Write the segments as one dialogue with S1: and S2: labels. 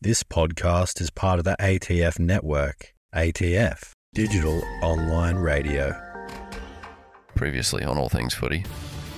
S1: This podcast is part of the ATF network. ATF, digital online radio.
S2: previously on All Things Footy.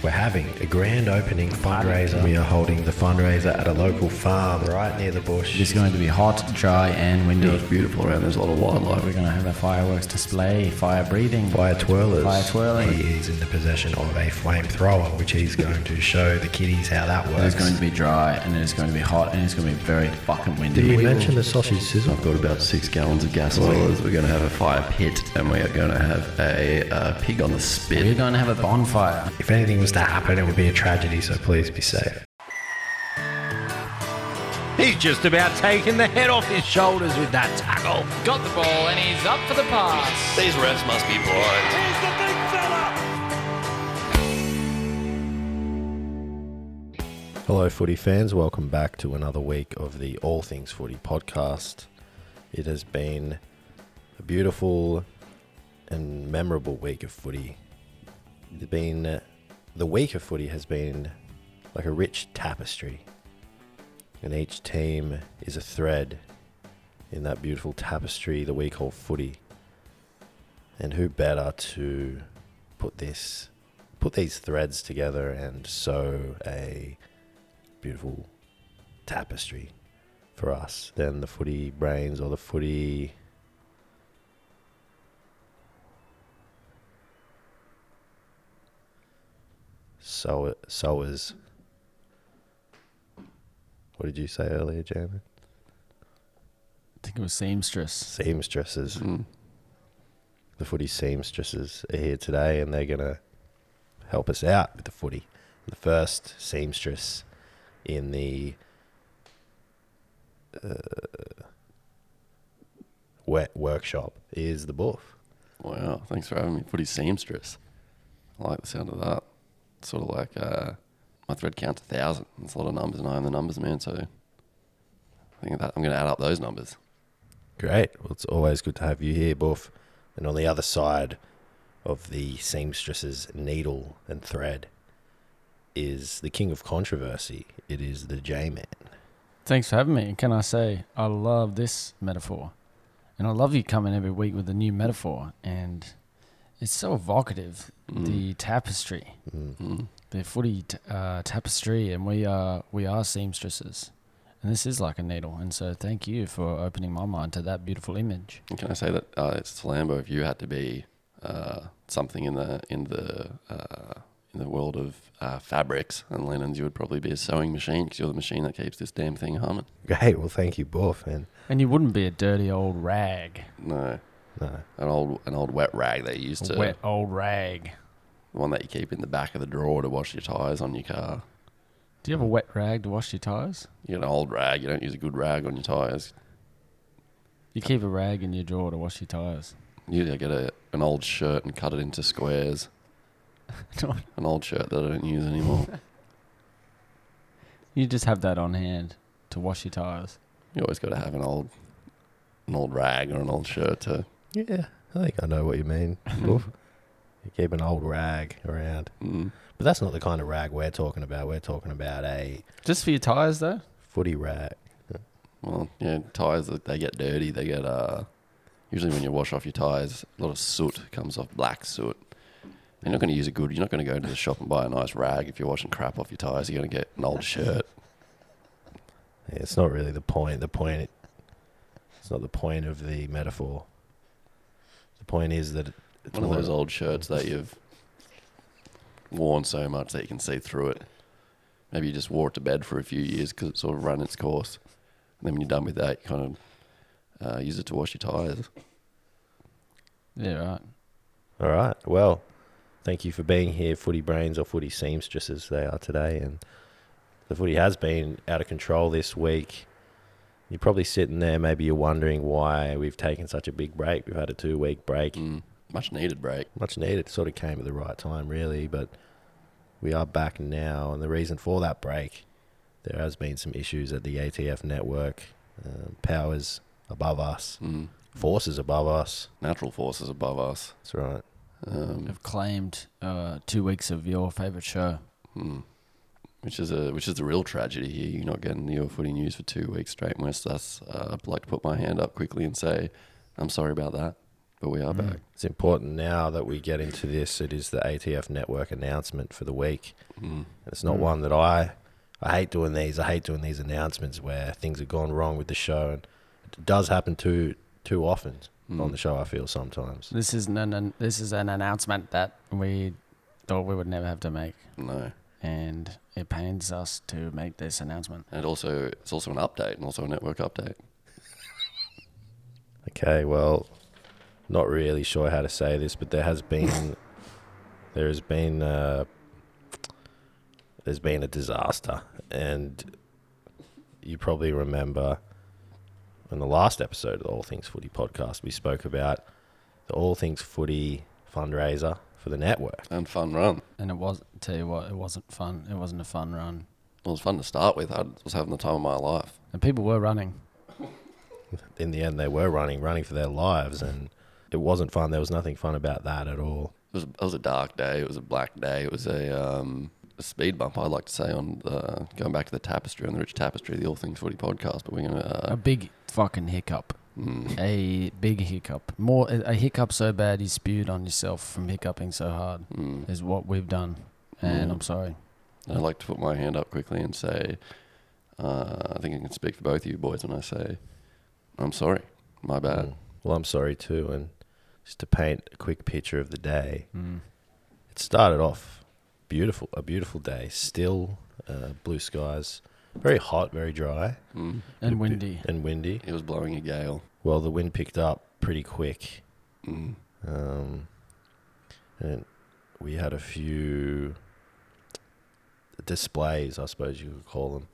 S3: We're having a grand opening fundraiser. We are holding the fundraiser at a local farm right near the bush.
S4: It's going to be hot, dry, and windy.
S5: It's beautiful around. There's a lot of wildlife.
S4: We're going to have a fireworks display, fire breathing,
S3: fire twirlers.
S4: fire twirling.
S3: He is in the possession of a flamethrower, which he's going to show the kiddies how that
S4: It is
S3: works.
S4: going to be dry, and it is going to be hot, and it's going to be very fucking windy.
S3: Did we mention the sausage sizzle?
S5: I've got about six gallons of gas boilers. We're going to have a fire pit, and we are going to have a uh, pig on the
S4: We're
S5: spit.
S4: going to have a bonfire.
S3: If anything was to happen, it would be a tragedy, so please be safe.
S1: He's just about taking the head off his shoulders with that tackle.
S6: Got the ball and he's up for the pass.
S2: These refs must be blind.
S3: Hello, footy fans. Welcome back to another week of the All Things Footy podcast. It has been a beautiful and memorable week of footy. It's been the week of footy has been like a rich tapestry, and each team is a thread in that beautiful tapestry the we call footy. And who better to put this, put these threads together and sew a beautiful tapestry for us than the footy brains or the footy. Sow- sowers. What did you say earlier, Jamie?
S4: I think it was seamstress.
S3: Seamstresses. The footy seamstresses are here today and they're going to help us out with the footy. The first seamstress in the uh, wet workshop is the buff.
S2: Wow, thanks for having me. Footy seamstress. I like the sound of that. It's sort of like uh, my thread counts a thousand. It's a lot of numbers, and I am the numbers man. So I think that I'm going to add up those numbers.
S3: Great. Well, it's always good to have you here, Buff. And on the other side of the seamstress's needle and thread is the king of controversy. It is the J Man.
S4: Thanks for having me. Can I say, I love this metaphor. And I love you coming every week with a new metaphor. And it's so evocative
S5: Mm.
S4: the tapestry,
S2: Mm-hmm.
S4: the footy t- uh, tapestry. And we are, we are seamstresses. And this is like a needle. And so thank you for opening my mind to that beautiful image.
S2: And can I say that uh, it's Lambo? If you had to be uh, something in the in the uh, in the world of uh, fabrics and linens, you would probably be a sewing machine because you're the machine that keeps this damn thing humming.
S3: Great. Well, thank you, Buff. And
S4: And you wouldn't be a dirty old rag,
S2: No,
S3: no,
S2: an old an old wet rag that you used to
S4: wet old rag.
S2: the one that you keep in the back of the drawer to wash your tires on your car.
S4: Do you have a wet rag to wash your tires?
S2: You get an old rag. You don't use a good rag on your tires.
S4: You keep a rag in your drawer to wash your tires.
S2: Usually, I get a, an old shirt and cut it into squares. An old shirt that I don't use anymore.
S4: you just have that on hand to wash your tires.
S2: you always got to have an old an old rag or an old shirt to
S3: yeah, I think I know what you mean, Buff. You keep an old rag around.
S2: mm,
S3: But that's not the kind of rag we're talking about. We're talking about a
S4: Just for your tires, though.
S3: footy rag.
S2: Well, yeah, tires that- they get dirty. They get uh, usually when you wash off your tires, a lot of soot comes off, black soot. You're not going to use a good. You're not going to go into the shop and buy a nice rag if you're washing crap off your tires. You're going to get an old shirt.
S3: Yeah, it's not really the point. The point, it's not the point of the metaphor. The point is that it's
S2: One of
S3: more-
S2: those old shirts that you've worn so much that you can see through it. Maybe you just wore it to bed for a few years because it sort of ran its course. And then when you're done with that, you kind of uh, use it to wash your tires.
S4: Yeah, right.
S3: All right. Well, thank you for being here, footy brains or footy seamstresses they are today. And the footy has been out of control this week. You're probably sitting there, maybe you're wondering why we've taken such a big break. We've had a two week break.
S2: Mm, much needed break.
S3: Much needed. Sort of came at the right time, really. But we are back now. And the reason for that break, there has been some issues at the ATF network. Um, powers above us,
S2: Mm,
S3: forces above us.
S2: natural forces above us.
S3: That's right.
S2: Um,
S4: Have claimed uh, two weeks of your favorite show.
S2: mm, which is a which is the real tragedy here. You're not getting your footy news for two weeks straight. And West, that's uh, I'd like to put my hand up quickly and say, I'm sorry about that, but we are back.
S3: It's important now that we get into this. It is the ATF network announcement for the week.
S2: Mm.
S3: And It's not one that I I hate doing these. I hate doing these announcements where things have gone wrong with the show, and it does happen too too often on the show. I feel sometimes.
S4: This is an, an this is an announcement that we thought we would never have to make,
S2: No,
S4: and it pains us to make this announcement.
S2: and it also it's also an update and also a network update.
S3: Okay, well, not really sure how to say this, but there has been there has been uh, there's been a disaster, and you probably remember in the last episode of the All Things Footy podcast, we spoke about the All Things Footy fundraiser for the network.
S2: And fun run.
S4: And it was tell you what, it wasn't fun. It wasn't a fun run,
S2: It was fun to start with. I was having the time of my life.
S4: and people were running.
S3: In the end, they were running, running for their lives, and it wasn't fun. There was nothing fun about that at all.
S2: It was, it was a dark day. It was a black day. It was a, um, a speed bump, I'd like to say, on the, going back to the tapestry, on the Rich Tapestry, the All Things Footy podcast. But we're going to.
S4: a
S2: Uh,
S4: big fucking hiccup.
S2: mm,
S4: A big hiccup. More a a hiccup so bad you spewed on yourself from hiccuping so hard
S2: mm.
S4: is what we've done. And
S2: Yeah.
S4: I'm sorry.
S2: And I'd like to put my hand up quickly and say, uh, I think I can speak for both of you boys when I say, I'm sorry. My bad.
S3: Mm. Well, I'm sorry too. And just to paint a quick picture of the day,
S4: Mm.
S3: it started off beautiful, a beautiful day, still uh, blue skies, very hot, very dry,
S2: Mm.
S4: And windy.
S3: and windy.
S2: It was blowing a gale.
S3: Well, the wind picked up pretty quick.
S2: Mm.
S3: Um, and we had a few displays, I suppose you could call them.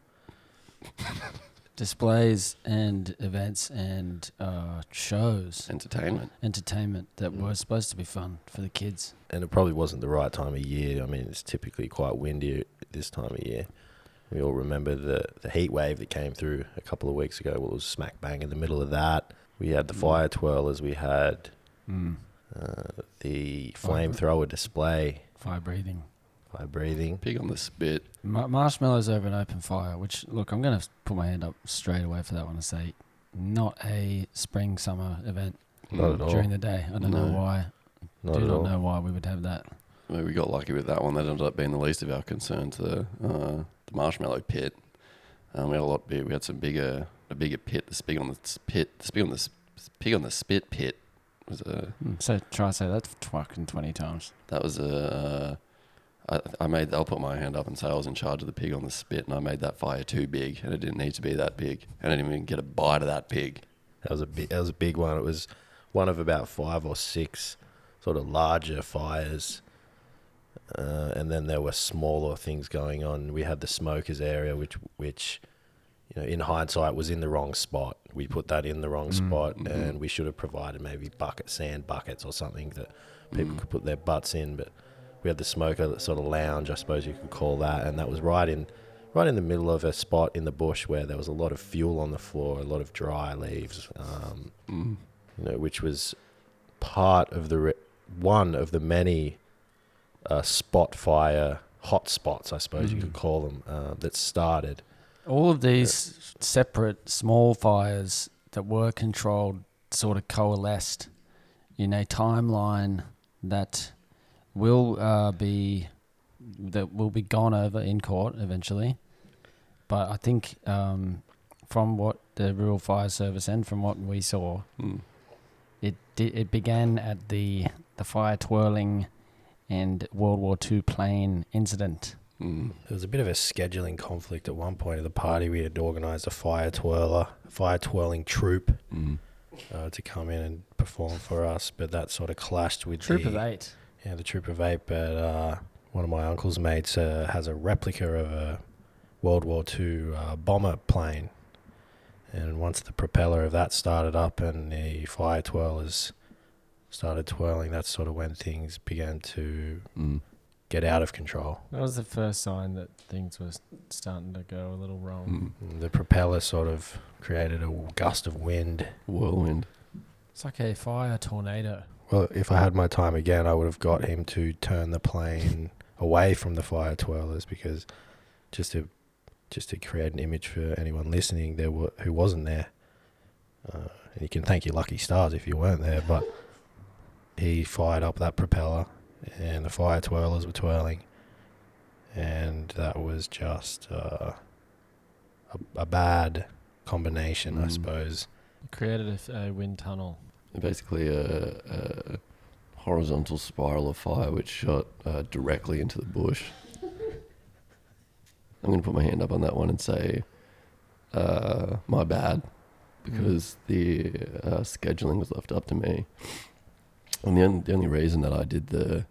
S4: Displays and events and uh, shows,
S2: Entertainment.
S4: entertainment that
S3: Mm.
S4: were supposed to be fun for the kids.
S3: And it probably wasn't the right time of year. I mean, it's typically quite windy this time of year. We all remember the, the heat wave that came through a couple of weeks ago. Well, it was smack bang in the middle of that. We had the fire twirlers. We had
S4: Mm.
S3: uh, the flamethrower display
S4: Fire breathing.
S3: by breathing.
S2: Pig on the spit.
S4: Ma- marshmallows over an open fire, which, look, I'm going to put my hand up straight away for that one and say, not a spring summer event
S3: Not
S2: Mm.
S3: at all.
S4: during the day. I don't know
S2: No.
S4: why.
S3: Not
S4: Do
S3: at
S4: not
S3: all.
S4: know why we would have that.
S2: Well, we got lucky with that one. That ended up being the least of our concerns. The uh, the marshmallow pit. Um, we had a lot big. We had some bigger, a bigger pit. The spig on the s- pit. The spig on the s- pig on the spit pit was a.
S4: Hmm, So try to say that fucking twenty times.
S2: That was a. I, I made. I'll put my hand up and say I was in charge of the pig on the spit, and I made that fire too big, and it didn't need to be that big. I didn't even get a bite of that pig.
S3: That was a big, that was a big one. It was one of about five or six sort of larger fires, uh, and then there were smaller things going on. We had the smokers area, which which you know in hindsight was in the wrong spot. We put that in the wrong spot, and we should have provided maybe bucket sand buckets or something that people could put their butts in, but. We had the smoker sort of lounge, I suppose you could call that, and that was right in, right in the middle of a spot in the bush where there was a lot of fuel on the floor, a lot of dry leaves, um, you know, which was part of the re- one of the many uh, spot fire hot spots, I suppose you could call them, uh, that started.
S4: All of these separate small fires that were controlled sort of coalesced in a timeline that will uh, be that will be gone over in court eventually. But I think um, from what the rural fire service and from what we saw,
S2: Mm.
S4: It di- it began at the the fire twirling and World War II plane incident.
S2: Mm.
S3: There was a bit of a scheduling conflict at one point of the party. We had organised a fire twirler, fire twirling troop
S2: Mm.
S3: uh, to come in and perform for us, but that sort of clashed with
S4: Troop
S3: the,
S4: of eight.
S3: Yeah, the Troop of Eight, but uh, one of my uncle's mates uh, has a replica of a World War II uh, bomber plane. And once the propeller of that started up and the fire twirlers started twirling, that's sort of when things began to
S2: Mm.
S3: get out of control.
S7: That was the first sign that things were starting to go a little wrong.
S2: Mm.
S3: The propeller sort of created a gust of wind.
S2: Whirlwind.
S7: It's like a fire tornado.
S3: Well, if I had my time again, I would have got him to turn the plane away from the fire twirlers because just to just to create an image for anyone listening there wa- who wasn't there. Uh, and you can thank your lucky stars if you weren't there, but he fired up that propeller, and the fire twirlers were twirling, and that was just uh, a, a bad combination, I
S2: Mm.
S3: suppose.
S7: Created a f- a, wind tunnel.
S2: Basically, a, a horizontal spiral of fire which shot uh, directly into the bush. I'm going to put my hand up on that one and say, uh, my bad, because the uh, scheduling was left up to me. And the, on- the only reason that I did the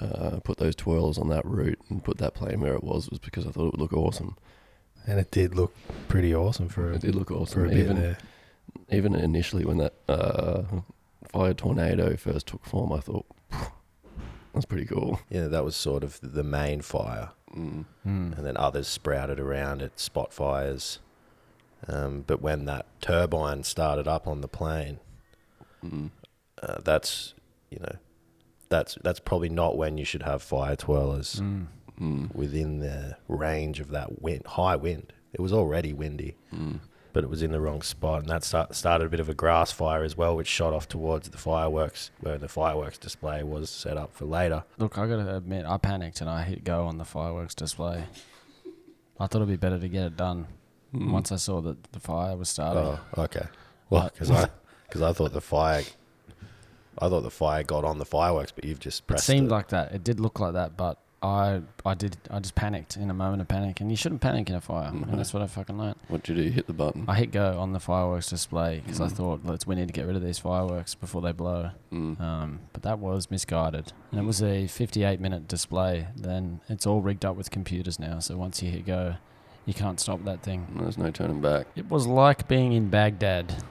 S2: uh, put those twirls on that route and put that plane where it was was because I thought it would look awesome.
S3: And it did look pretty awesome for a,
S2: It did look awesome.
S3: for a bit
S2: even
S3: there.
S2: even initially when that uh, fire tornado first took form, I thought "Phew, that's pretty cool.
S3: Yeah, that was sort of the main fire.
S2: Mm.
S4: Mm.
S3: and then others sprouted around at spot fires. Um, but when that turbine started up on the plane,
S2: Mm.
S3: uh, that's you know, that's that's probably not when you should have fire twirlers
S4: Mm.
S2: Mm.
S3: within the range of that wind, high wind. It was already windy,
S2: Mm.
S3: but it was in the wrong spot, and that start, started a bit of a grass fire as well, which shot off towards the fireworks where the fireworks display was set up for later.
S4: Look, I gotta admit, I panicked and I hit go on the fireworks display. I thought it'd be better to get it done
S2: Mm.
S4: once I saw that the fire was starting.
S3: Oh, okay. Well, because I because I thought the fire, I thought the fire got on the fireworks, but you've just
S4: it
S3: pressed.
S4: seemed
S3: the-
S4: like that. It did look like that, but I, I did, I just panicked in a moment of panic, and you shouldn't panic in a fire,
S2: No.
S4: and that's what I fucking learned.
S2: What'd you do? You Hit the button.
S4: I hit go on the fireworks display because I thought, let's we need to get rid of these fireworks before they blow.
S2: Mm.
S4: Um, but that was misguided, and it was a 58 minute display. Then it's all rigged up with computers now, so once you hit go, you can't stop that thing.
S2: There's no turning back.
S4: It was like being in Baghdad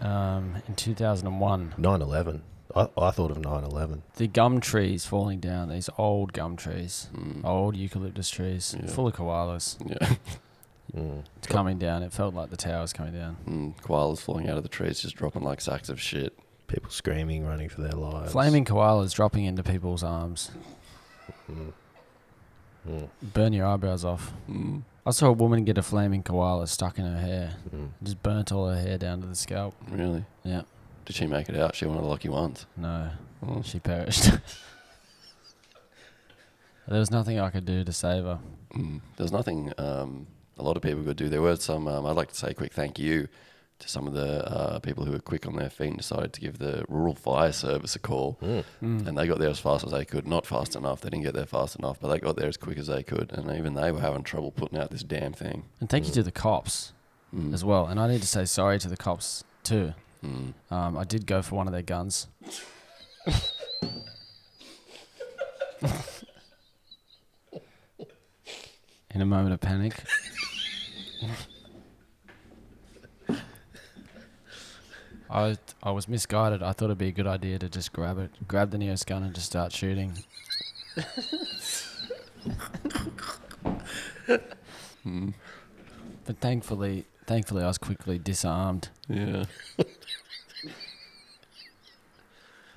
S4: um, in 2001.
S3: 9/11. I, I thought of 9/11.
S4: The gum trees falling down, these old gum trees,
S2: Mm.
S4: old eucalyptus trees,
S2: Yeah.
S4: full of koalas.
S2: Yeah.
S3: Mm.
S4: It's coming down. It felt like the towers coming down.
S2: Mm. Koalas flying out of the trees, just dropping like sacks of shit.
S3: People screaming, running for their lives.
S4: Flaming koalas dropping into people's arms.
S3: Mm. Mm.
S4: Burn your eyebrows off.
S2: Mm.
S4: I saw a woman get a flaming koala stuck in her hair.
S3: Mm.
S4: It Just burnt all her hair down to the scalp.
S2: Really?
S4: Yeah.
S2: Did she make it out? She one of the lucky ones.
S4: No,
S2: Oh.
S4: she perished. there was nothing I could do to save her.
S2: Mm. There's nothing um, a lot of people could do. There were some, um, I'd like to say a quick thank you to some of the uh, people who were quick on their feet and decided to give the Rural Fire Service a call.
S3: Mm.
S4: Mm.
S2: And they got there as fast as they could. Not fast enough. They didn't get there fast enough, but they got there as quick as they could. And even they were having trouble putting out this damn thing.
S4: And thank you to the cops
S2: Mm.
S4: as well. And I need to say sorry to the cops too.
S2: Mm.
S4: Um, I did go for one of their guns. In a moment of panic. I I was misguided. I thought it'd be a good idea to just grab it, grab the nearest gun, and just start shooting. But thankfully, thankfully, I was quickly disarmed
S2: Yeah.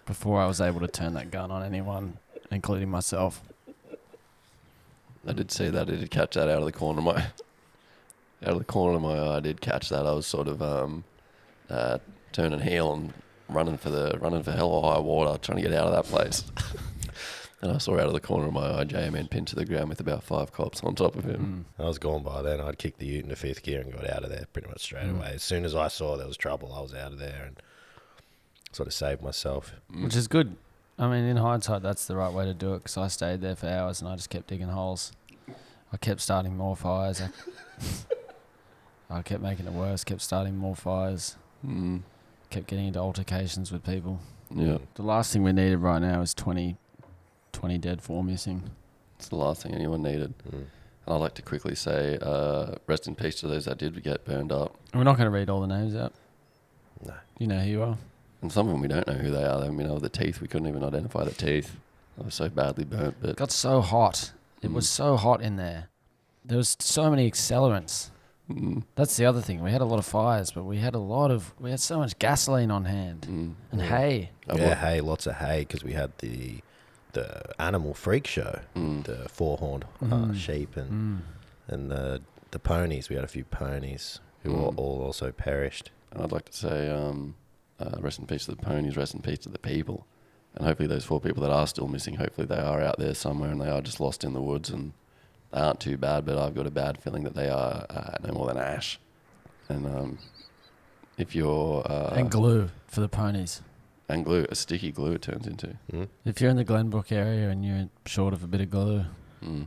S4: before I was able to turn that gun on anyone, including myself.
S2: I did see that. I did catch that out of the corner of my out of the corner of my eye. I did catch that. I was sort of um, uh, turning heel and running for the running for hell or high water, trying to get out of that place. and I saw out of the corner of my eye, JMN pinned to the ground with about five cops on top of him.
S4: Mm.
S3: I was gone by then. I'd kicked the ute into fifth gear and got out of there pretty much straight
S4: Mm.
S3: away. As soon as I saw there was trouble, I was out of there and sort of saved myself.
S4: which is good. I mean, in hindsight, that's the right way to do it because I stayed there for hours and I just kept digging holes. I kept starting more fires. I, I kept making it worse, kept starting more fires,
S2: Mm.
S4: kept getting into altercations with people.
S2: Yeah,
S3: Mm.
S4: The last thing we needed right now is 20, 20 dead, four missing.
S2: it's the last thing anyone needed.
S3: Mm.
S2: And I'd like to quickly say, uh, rest in peace to those that did get burned up.
S4: And we're not going to read all the names out.
S3: No.
S4: You know who you are.
S2: And some of them we don't know who they are. They mean, oh, the teeth. We couldn't even identify the teeth. They were so badly burnt.
S4: It
S2: But
S4: got so hot. It was
S2: Mm.
S4: so hot in there. There was so many accelerants.
S2: Mm,
S4: That's the other thing. We had a lot of fires, but we had a lot of we had so much gasoline on hand
S2: mm.
S4: and hay.
S2: I
S3: yeah,
S2: wa-
S3: hay, lots of hay because we had the the animal freak show,
S2: Mm.
S3: the four horned uh,
S4: Mm.
S3: sheep and
S4: Mm.
S3: and the the ponies. We had a few ponies who were
S2: Mm.
S3: all also perished.
S2: And I'd like to say, um, uh, rest in peace to the ponies, rest in peace to the people. And hopefully, those four people that are still missing, hopefully, they are out there somewhere and they are just lost in the woods and they aren't too bad, but I've got a bad feeling that they are uh, no more than ash. And um, if you're. Uh,
S4: and glue for the ponies.
S2: and glue, a sticky glue it turns into.
S3: Mm.
S4: If you're in the Glenbrook area and you're short of a bit of glue,
S2: Mm.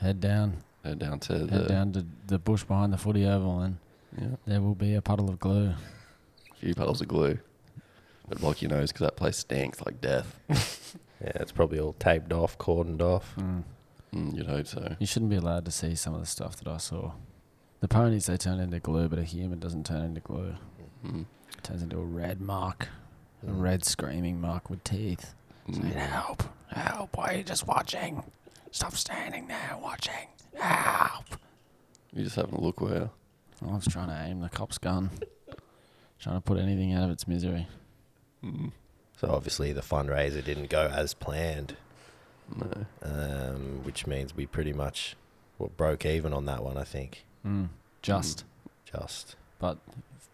S4: head down,
S2: They're uh, down to the.
S4: head down to the bush behind the footy oval, and
S2: Yeah,
S4: there will be a puddle of glue.
S2: a few puddles of glue. But block your nose because that place stinks like death.
S3: Yeah, it's probably all taped off, cordoned off.
S4: Mm.
S2: Mm, you'd hope so.
S4: You shouldn't be allowed to see some of the stuff that I saw. The ponies they turn into glue, but a human doesn't turn into glue.
S2: Mm.
S4: It turns into a red mark, a
S3: Mm.
S4: red screaming mark with teeth. Saying,
S2: Mm.
S4: help! Help! Why are you just watching? Stop standing there watching. Help!
S2: You're just having a look where.
S4: I was trying to aim the cop's gun, trying to put anything out of its misery.
S2: Mm.
S3: So obviously the fundraiser didn't go as planned,
S2: No.
S3: um, which means we pretty much well, broke even on that one. I think
S4: Mm. Just
S3: just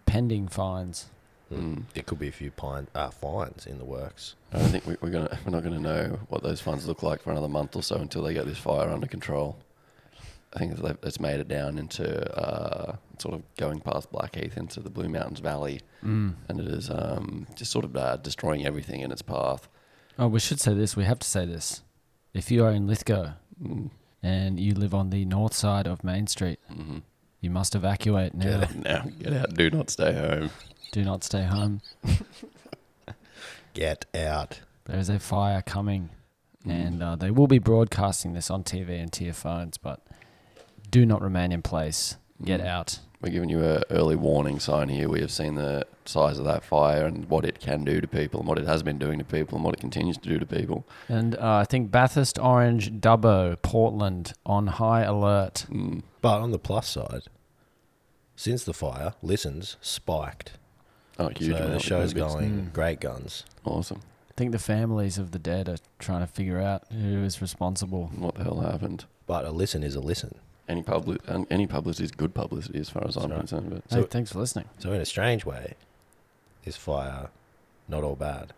S4: pending fines.
S2: Mm.
S3: there could be a few pine, uh, fines in the works.
S2: I don't think we, we're gonna we're not gonna know what those funds look like for another month or so until they get this fire under control. I think they've- it's made it down into uh, sort of going past Blackheath into the Blue Mountains Valley,
S4: Mm.
S2: and it is um, just sort of uh, destroying everything in its path.
S4: Oh, we should say this. We have to say this. If you are in Lithgow
S2: Mm.
S4: and you live on the north side of Main Street,
S2: Mhm.
S4: you must evacuate now.
S2: Now get out, do not stay home.
S4: Do not stay home.
S3: Get out.
S4: There is a fire coming,
S2: Mm.
S4: and uh, they will be broadcasting this on TV and to your phones. But do not remain in place. Get
S2: Mm.
S4: out.
S2: We're giving you a early warning sign here. We have seen the size of that fire and what it can do to people, and what it has been doing to people, and what it continues to do to people.
S4: And uh, I think Bathurst, Orange, Dubbo, Portland on high alert.
S2: Mm.
S3: But on the plus side, since the fire, listens spiked.
S2: Oh, huge!
S3: so
S2: amount
S3: the
S2: of
S3: show's
S2: movements.
S3: going
S4: Mm.
S3: great guns.
S2: Awesome.
S4: I think the families of the dead are trying to figure out who is responsible.
S2: What the hell happened?
S3: But a listen is a listen.
S2: Any public, any publicity is good publicity as far as I'm
S3: That's right.
S2: concerned. But
S3: So-
S4: hey, thanks for listening.
S3: So in a strange way, is fire not all bad?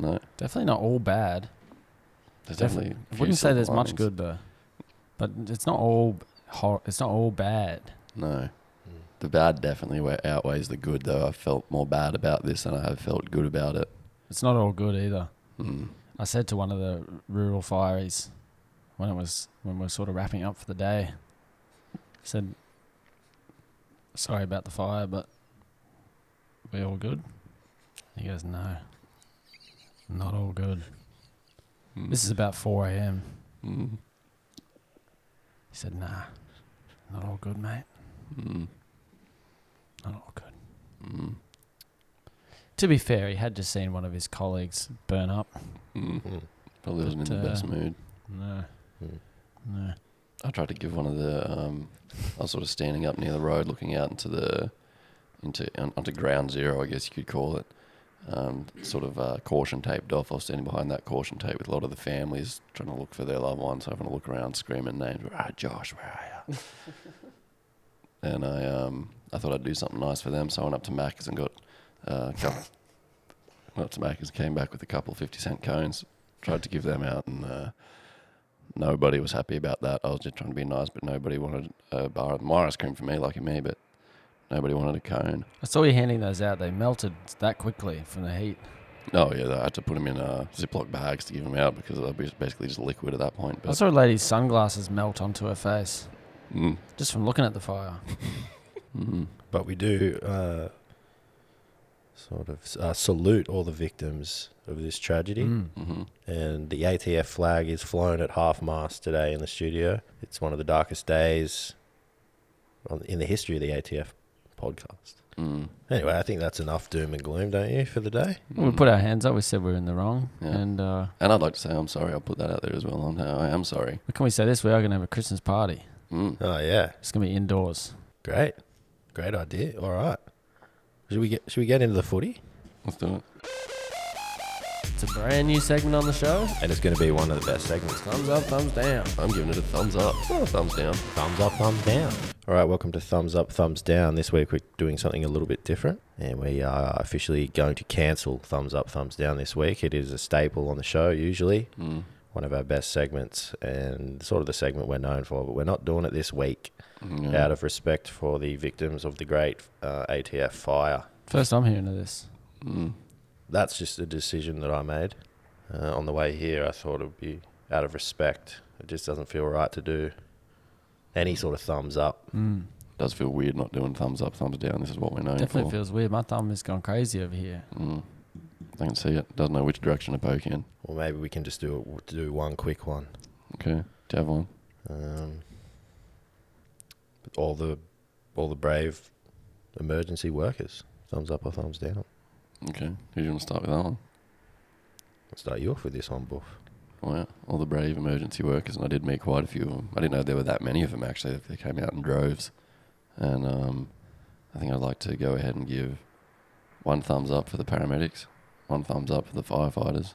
S2: no,
S4: Definitely not all bad.
S2: there's
S4: Def-
S2: definitely.
S4: I
S2: a few
S4: wouldn't say
S2: silver
S4: there's much
S2: linings.
S4: good though, but it's not all hor- it's not all bad.
S2: No,
S3: Mm.
S2: the bad definitely wa- outweighs the good. Though I felt more bad about this than I have felt good about it.
S4: It's not all good either.
S2: Mm.
S4: I said to one of the rural fireys when it was when we were sort of wrapping up for the day. Said, "Sorry about the fire, but we all good." He goes, "No, not all good."
S2: Mm.
S4: This is about four a.m.
S2: Mm.
S4: He said, "Nah, not all good, mate.
S2: Mm.
S4: Not all good."
S2: Mm.
S4: To be fair, he had just seen one of his colleagues burn up.
S2: Mm.
S3: Mm.
S2: Probably wasn't
S4: But,
S2: in the best
S4: uh,
S2: mood.
S4: No.
S3: Mm.
S4: No.
S2: I tried to give one of the. Um, I was sort of standing up near the road, looking out into the, into on- onto ground zero, I guess you could call it. Um, sort of uh, caution taped off. I was standing behind that caution tape with a lot of the families trying to look for their loved ones, having a look around, screaming names. Where are you, Josh? Where are you? and I, um, I thought I'd do something nice for them, so I went up to Macca's and got uh, a couple. went up to Macca's, came back with a couple fifty cent cones, tried to give them out, and. Uh, nobody was happy about that. I was just trying to be nice, but nobody wanted a bar of more ice cream for me, lucky me, but nobody wanted a cone.
S4: I saw you handing those out. They melted that quickly from the heat.
S2: Oh, yeah, I had to put them in uh, Ziploc bags to give them out because they're basically just liquid at that point.
S4: I
S2: But
S4: saw a lady's sunglasses melt onto her face
S2: mm,
S4: just from looking at the fire.
S2: mm,
S3: But we do uh, sort of uh, salute all the victims of this tragedy.
S4: Mm.
S2: mm
S3: And the ATF flag is flown at half mast today in the studio. It's one of the darkest days on, in the history of the ATF podcast.
S2: mm,
S3: Anyway, I think that's enough doom and gloom, don't you, for the day?
S4: We put our hands up. We said we were in the wrong.
S2: Yeah.
S4: And uh,
S2: and I'd like to say I'm sorry. I'll put that out there as well. I'm, I am sorry.
S4: can we say this? We are going to have a Christmas party.
S2: Mm.
S3: Oh yeah,
S4: It's going to be indoors.
S3: great, great idea. All right, should we get should we get into the footy?
S2: Let's do it.
S4: It's a brand new segment on the show.
S3: And it's going to be one of the best segments.
S2: Thumbs up, thumbs down. I'm giving it a thumbs up. Thumbs down.
S3: Thumbs up, thumbs down. All right, welcome to Thumbs Up, Thumbs Down. This week we're doing something a little bit different, and we are officially going to cancel Thumbs Up, Thumbs Down this week. It is a staple on the show, usually one of our best segments, and sort of the segment we're known for, but we're not doing it this week out of respect for the victims of the great uh, ATF fire.
S4: First, I'm hearing of this.
S3: That's just a decision that I made. Uh, on the way here, I thought it would be out of respect. It just doesn't feel right to do any sort of thumbs up.
S2: Does feel weird not doing thumbs up, thumbs down. This is what we're known
S4: Mm. Definitely
S2: for.
S4: feels weird. My thumb has gone crazy over here.
S2: I can see it. Doesn't know which direction to poke in.
S3: Or maybe we can just do it, do one quick one.
S2: Okay. Do you have one?
S3: Um, all the all the brave emergency workers. Thumbs up or thumbs down.
S2: Okay. Who do you want to start with that one?
S3: I'll start you off with this one, Buff.
S2: Wow. All the brave emergency workers, and I did meet quite a few of them. I didn't know there were that many of them actually. They came out in droves, and um, I think I'd like to go ahead and give one thumbs up for the paramedics, one thumbs up for the firefighters,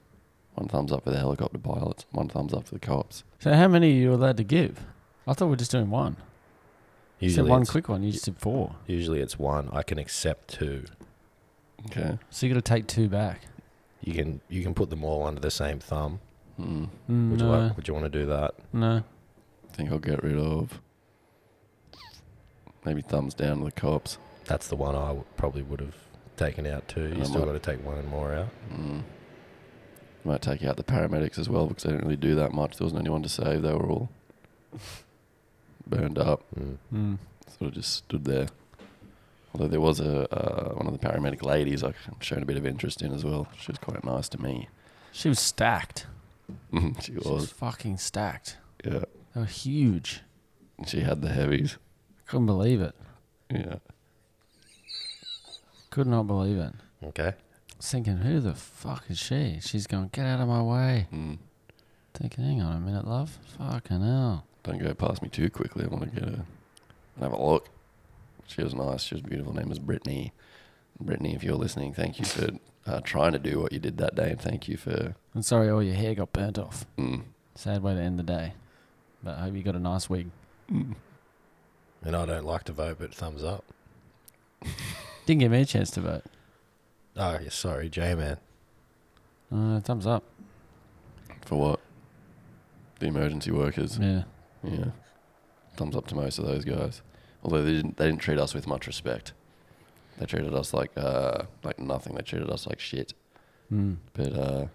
S2: one thumbs up for the helicopter pilots, one thumbs up for the cops.
S4: So, how many are you allowed to give? I thought we were just doing one. You said
S3: Usually
S4: one
S3: it's,
S4: quick one. You just did four.
S3: usually it's one. I can accept two.
S2: Okay.
S4: So, you got to take two back.
S3: You can you can put them all under the same thumb.
S2: Mm,
S4: Mm,
S3: Would you
S4: no,
S3: like, would you want to do that?
S4: no.
S2: I think I'll get rid of maybe thumbs down to the cops.
S3: That's the one I w- probably would have taken out too.
S2: And
S3: You
S2: I
S3: still
S2: might-
S3: got to take one more out.
S2: Mm. Might take out the paramedics as well because they didn't really do that much. There wasn't anyone to save. They were all burned up.
S3: Mm.
S4: Mm.
S2: sort of just stood there. Although there was a uh, one of the paramedic ladies I showed a bit of interest in as well. She was quite nice to me.
S4: She was stacked.
S2: she
S4: She was
S2: was,
S4: fucking stacked.
S2: yeah.
S4: They were huge.
S2: She had the heavies,
S4: I couldn't believe it.
S2: yeah.
S4: Could not believe it.
S3: Okay.
S4: I was thinking, who the fuck is she? She's going, get out of my way.
S2: Mm.
S4: Thinking, hang on a minute, love. Fucking hell.
S2: Don't go past me too quickly. I want to get her and have a look. She was nice. She was beautiful. Her name was Brittany. Brittany, if you're listening, thank you for uh, trying to do what you did that day, and thank you for.
S4: I'm sorry all your hair got burnt off.
S2: Mm.
S4: Sad way to end the day. But I hope you got a nice wig.
S3: And I don't like to vote, but thumbs up.
S4: Didn't give me a chance to vote.
S3: Oh, yeah, sorry, J man.
S4: Uh, thumbs up.
S2: For what? The emergency workers.
S4: Yeah.
S2: Yeah. Thumbs up to most of those guys. Although they didn't, they didn't treat us with much respect. They treated us like uh, like nothing. They treated us like shit.
S4: Mm.
S2: But uh,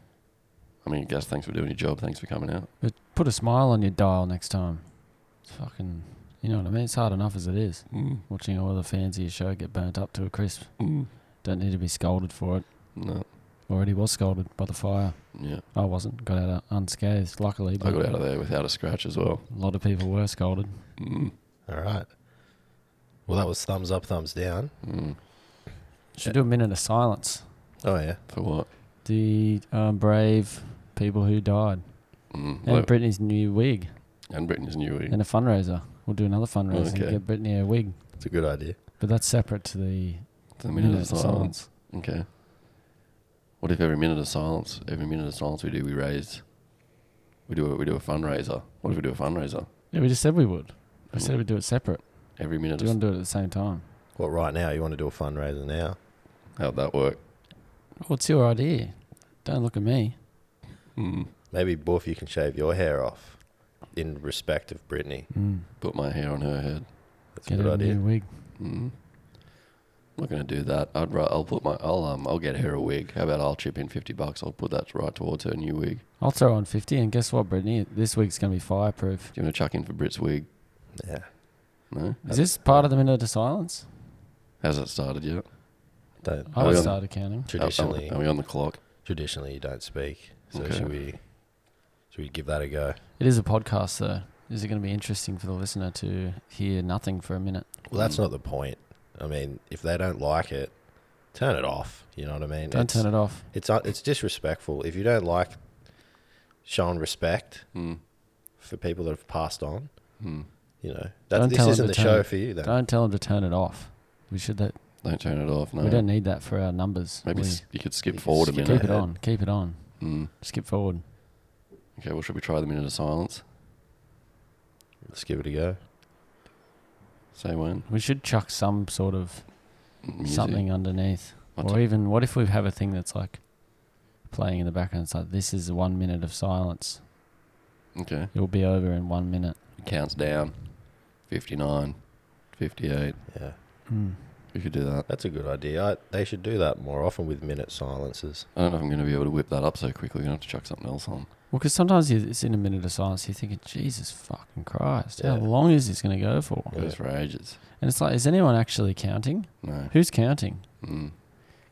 S2: I mean, guys, thanks for doing your job. Thanks for coming out.
S4: But put a smile on your dial next time. It's fucking, you know what I mean? It's hard enough as it is.
S2: Mm.
S4: Watching all the fans of your show get burnt up to a crisp. Don't need to be scolded for it.
S2: No.
S4: Already was scolded by the fire.
S2: Yeah.
S4: I wasn't. Got out unscathed, luckily.
S2: I
S4: But
S2: got out of there without a scratch as well.
S4: A lot of people were scolded.
S2: Mm.
S3: All right. Well, that was thumbs up, thumbs down.
S2: Mm.
S4: Should do a minute of silence.
S3: Oh yeah.
S2: For what?
S4: The um, brave people who died.
S2: Mm.
S4: And
S2: Well,
S4: Brittany's new wig.
S2: and Britain's new week.
S4: And a fundraiser. We'll do another fundraiser and
S2: Okay.
S4: get Brittany a wig.
S3: It's a good idea.
S4: But that's separate to the
S2: The minute of silence. Okay. What if every minute of silence, every minute of silence we do, we raise, we do a, we do a fundraiser. What if we do a fundraiser?
S4: Yeah, we just said we would. I said we'd do it separate.
S2: Every minute
S4: Do you
S2: of
S4: want to do it at the same time?
S3: What right now? You want to do a fundraiser now?
S2: How'd that work?
S4: What's your idea? Don't look at me.
S2: Mm.
S3: Maybe Boof, you can shave your hair off, in respect of Brittany.
S4: Mm.
S2: Put my hair on her head.
S3: That's a
S4: Get
S3: good
S4: her a
S3: idea.
S4: new wig.
S2: Mm. I'm not gonna do that. I'd ra- I'll put my I'll um I'll get her a wig. How about I'll chip in fifty bucks? I'll put that right towards her new wig.
S4: I'll throw on 50, and guess what, Brittany? This week's going to be fireproof.
S2: Do you want to chuck in for Brit's wig?
S3: Yeah.
S2: No.
S4: Is this part of the minute of silence?
S2: Has it started yet?
S3: Don't,
S4: I
S2: Are we
S4: would
S2: on-
S4: start counting.
S2: Are-
S3: traditionally,
S2: Are, we on the clock?
S3: traditionally you don't speak. So
S2: Okay.
S3: should we? Should we give that a go?
S4: It is a podcast, though. Is it going to be interesting for the listener to hear nothing for a minute?
S3: Well,
S4: Mm.
S3: that's not the point. I mean, if they don't like it, turn it off. You know what I mean?
S4: Don't
S3: it's,
S4: turn it off.
S3: It's un- it's disrespectful if you don't like showing respect
S2: Mm.
S3: for people that have passed on.
S2: Mm.
S3: You know,
S4: Don't
S3: that, this
S4: tell 'em
S3: isn't
S4: to
S3: the
S4: turn
S3: show
S4: it-
S3: for you. Then.
S4: Don't tell them to turn it off. We should let
S2: Don't turn it off. No.
S4: We don't need that for our numbers.
S2: Maybe
S4: we
S2: s- you could skip
S3: you could
S2: forward a
S3: skip
S4: keep
S2: minute.
S4: it on. Keep it on.
S2: Mm.
S4: Skip forward.
S2: Okay, well, should we try the minute of silence?
S3: Let's give it a go.
S2: Say when.
S4: We should chuck some sort of
S2: Music.
S4: something underneath,
S2: What's
S4: or even what if we have a thing that's like playing in the background? It's like this is one minute of silence.
S2: Okay.
S4: It will be over in one minute.
S2: It counts down. 59, 58.
S3: Yeah,
S4: Mm.
S2: We could do that.
S3: that's a good idea. I, they should do that more often with minute silences.
S2: I don't know if I'm going to be able to whip that up so quickly. We're going to have to chuck something else on.
S4: Well, because sometimes you- it's in a minute of silence, you're thinking, Jesus fucking Christ, how
S3: Yeah.
S4: long is this going to go for?
S2: Goes for ages.
S4: And it's like, is anyone actually counting?
S2: No.
S4: Who's counting?
S2: Mm.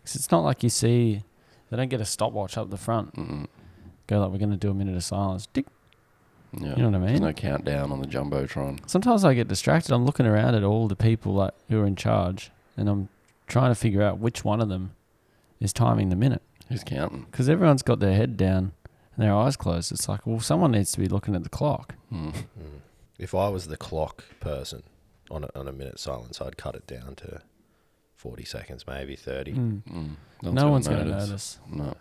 S4: 'Cause it's not like you see, they don't get a stopwatch up the front.
S2: Mm.
S4: Go like, we're going to do a minute of silence. Tick.
S2: Yeah.
S4: You know what I
S2: There's
S4: mean?
S2: no countdown on the Jumbotron.
S4: Sometimes I get distracted. I'm looking around at all the people like who are in charge, and I'm trying to figure out which one of them is timing the minute.
S2: Who's counting?
S4: Because everyone's got their head down and their eyes closed. It's like, well, someone needs to be looking at the clock.
S2: Mm.
S3: Mm. If I was the clock person on a, on a minute silence, I'd cut it down to 40 seconds, maybe 30.
S2: Mm.
S4: No one's going to notice.
S2: No.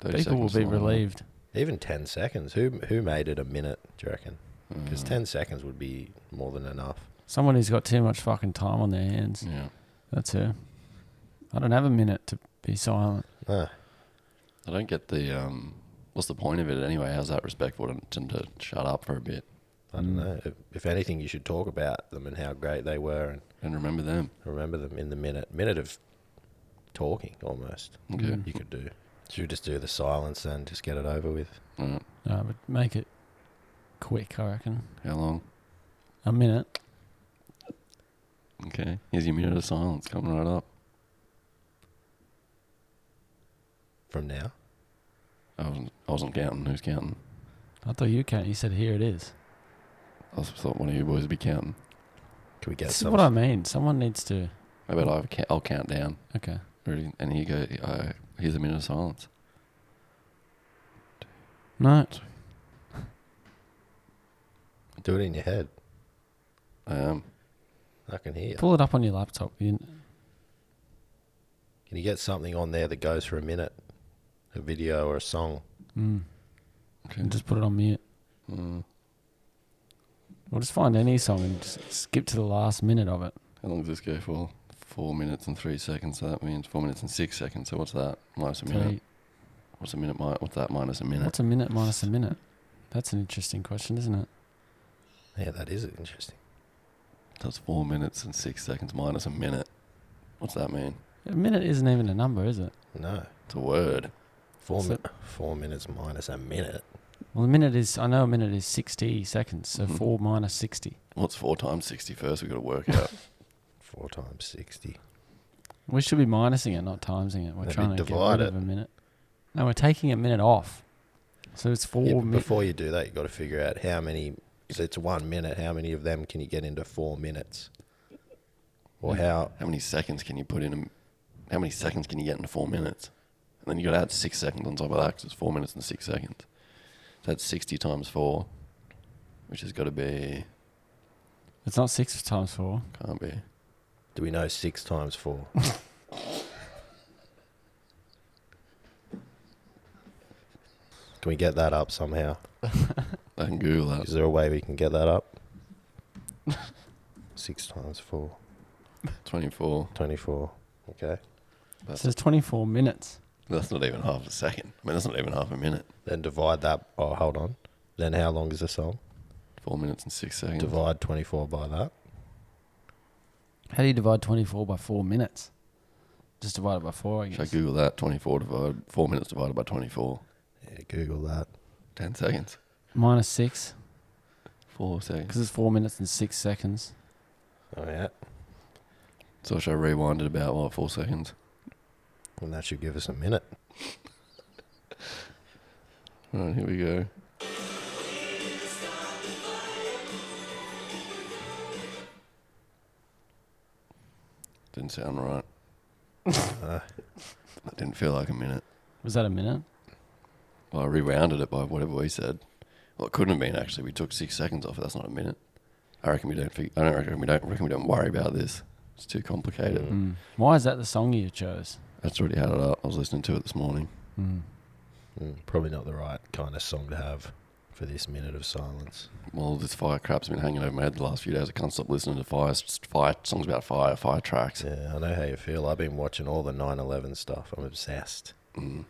S2: 30
S4: People will
S2: seconds
S4: be
S2: long.
S4: relieved.
S3: Even 10 seconds. Who who made it a minute, do you reckon? Because
S2: Mm.
S3: 10 seconds would be more than enough.
S4: Someone who's got too much fucking time on their hands.
S2: Yeah.
S4: That's her. I don't have a minute to be silent.
S3: No.
S2: I don't get the um. What's the point of it anyway? How's that respectful to, to, to shut up for a bit
S3: I don't know. If, if anything, you should talk about them and how great they were and
S2: and remember them?
S3: remember them in the minute. Minute of talking, almost.
S2: Okay.
S3: You could do. Should we just do the silence and just get it over with?
S4: Mm.
S2: Alright.
S4: No, but make it quick, I reckon.
S2: How long?
S4: A minute.
S2: Okay. Here's your minute of silence coming right up.
S3: From now?
S2: I wasn't, I wasn't counting. Who's counting?
S4: I thought you count. You said here it is.
S2: I was- thought one of you boys would be counting.
S3: Can we get
S4: this
S3: some?
S4: is what I mean. Someone needs to.
S2: I bet I've, ca- I'll count down.
S4: Okay.
S2: Ready? And here you go. Uh, here's a minute of silence.
S4: No.
S3: do it in your head.
S2: Um,
S3: I can hear you.
S4: Pull it up on your laptop. You,
S3: Can you get something on there that goes for a minute? A video or a song?
S4: mm,
S2: okay.
S4: and just put it on mute.
S2: Mm.
S4: Or just find any song and just skip to the last minute of it.
S2: how long does this go for? Four minutes and three seconds. So that means four minutes and six seconds. So what's that? Minus a minute.
S4: Three.
S2: What's a minute? mi- What's that? Minus a minute.
S4: What's a minute minus a minute? That's an interesting question, isn't it?
S3: Yeah, that is interesting.
S2: That's four minutes and six seconds minus a minute. What's that mean?
S4: A minute isn't even a number, is it?
S3: No.
S2: It's a word.
S3: Four,
S4: So-
S3: min- four minutes minus a minute.
S4: Well, a minute is, I know a minute is 60 seconds, so
S2: Mhm.
S4: 4 minus 60.
S2: What's four times sixty first? We've got to work out.
S3: Four times 60.
S4: We should be minusing it, not timesing it. We're
S3: Maybe
S4: trying to
S3: divide
S4: get rid
S3: it.
S4: of a minute. No, we're taking a minute off. So it's 4
S3: Yeah, but
S4: minutes.
S3: before you do that, you've got to figure out how many. So it's one minute. How many of them can you get into four minutes? Or how.
S2: how many seconds can you put in? A, m- how many seconds can you get into four minutes? And then you got to add six seconds on top of that because it's four minutes and six seconds. So that's sixty times four, which has got to be
S4: It's not 6 times 4.
S2: can't be.
S3: Do we know six times four? can we get that up somehow?
S2: I can Google that.
S3: Is there a way we can get that up? six times four.
S2: Twenty-four.
S3: 24. Okay.
S4: It
S2: That's,
S4: says 24 minutes.
S2: that's not even half a second. I mean, that's not even half a minute.
S3: Then divide that. Oh, hold on. Then how long is the song?
S2: Four minutes and six seconds.
S3: Divide 24 by that.
S4: How do you divide 24 by 4 minutes? Just divide it by 4, I
S2: Should I
S4: guess.
S2: Google that? Twenty-four divided four minutes divided by twenty-four.
S3: Yeah, Google that.
S2: Ten seconds.
S4: Minus 6,
S2: Four seconds.
S4: because it's 4 minutes and 6 seconds.
S3: All right.
S2: So should I rewind it about what four seconds?
S3: And that should give us a minute.
S2: All right, here we go. Didn't sound right.
S3: Uh,
S2: That didn't feel like a minute.
S4: Was that a minute?
S2: Well, I rewounded it by whatever we said. Well, it couldn't have been actually. We took six seconds off. it. That's not a minute. I reckon we don't. Fig- I don't reckon we don't. Reckon we don't worry about this. It's too complicated.
S3: Mm.
S4: Mm. Why is that the song you chose?
S2: That's already had it up. I was listening to it this morning.
S4: Mm.
S3: Mm, probably not the right kind of song to have for this minute of silence.
S2: Well, this fire crap's been hanging over my head the last few days. I can't stop listening to fire, fire songs about fire, fire tracks.
S3: Yeah, I know how you feel. I've been watching all the 9 11 stuff. I'm obsessed.
S2: Mm.